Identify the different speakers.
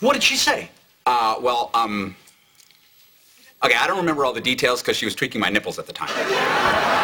Speaker 1: What did she say?
Speaker 2: Uh, well, um, okay, I don't remember all the details because she was tweaking my nipples at the time.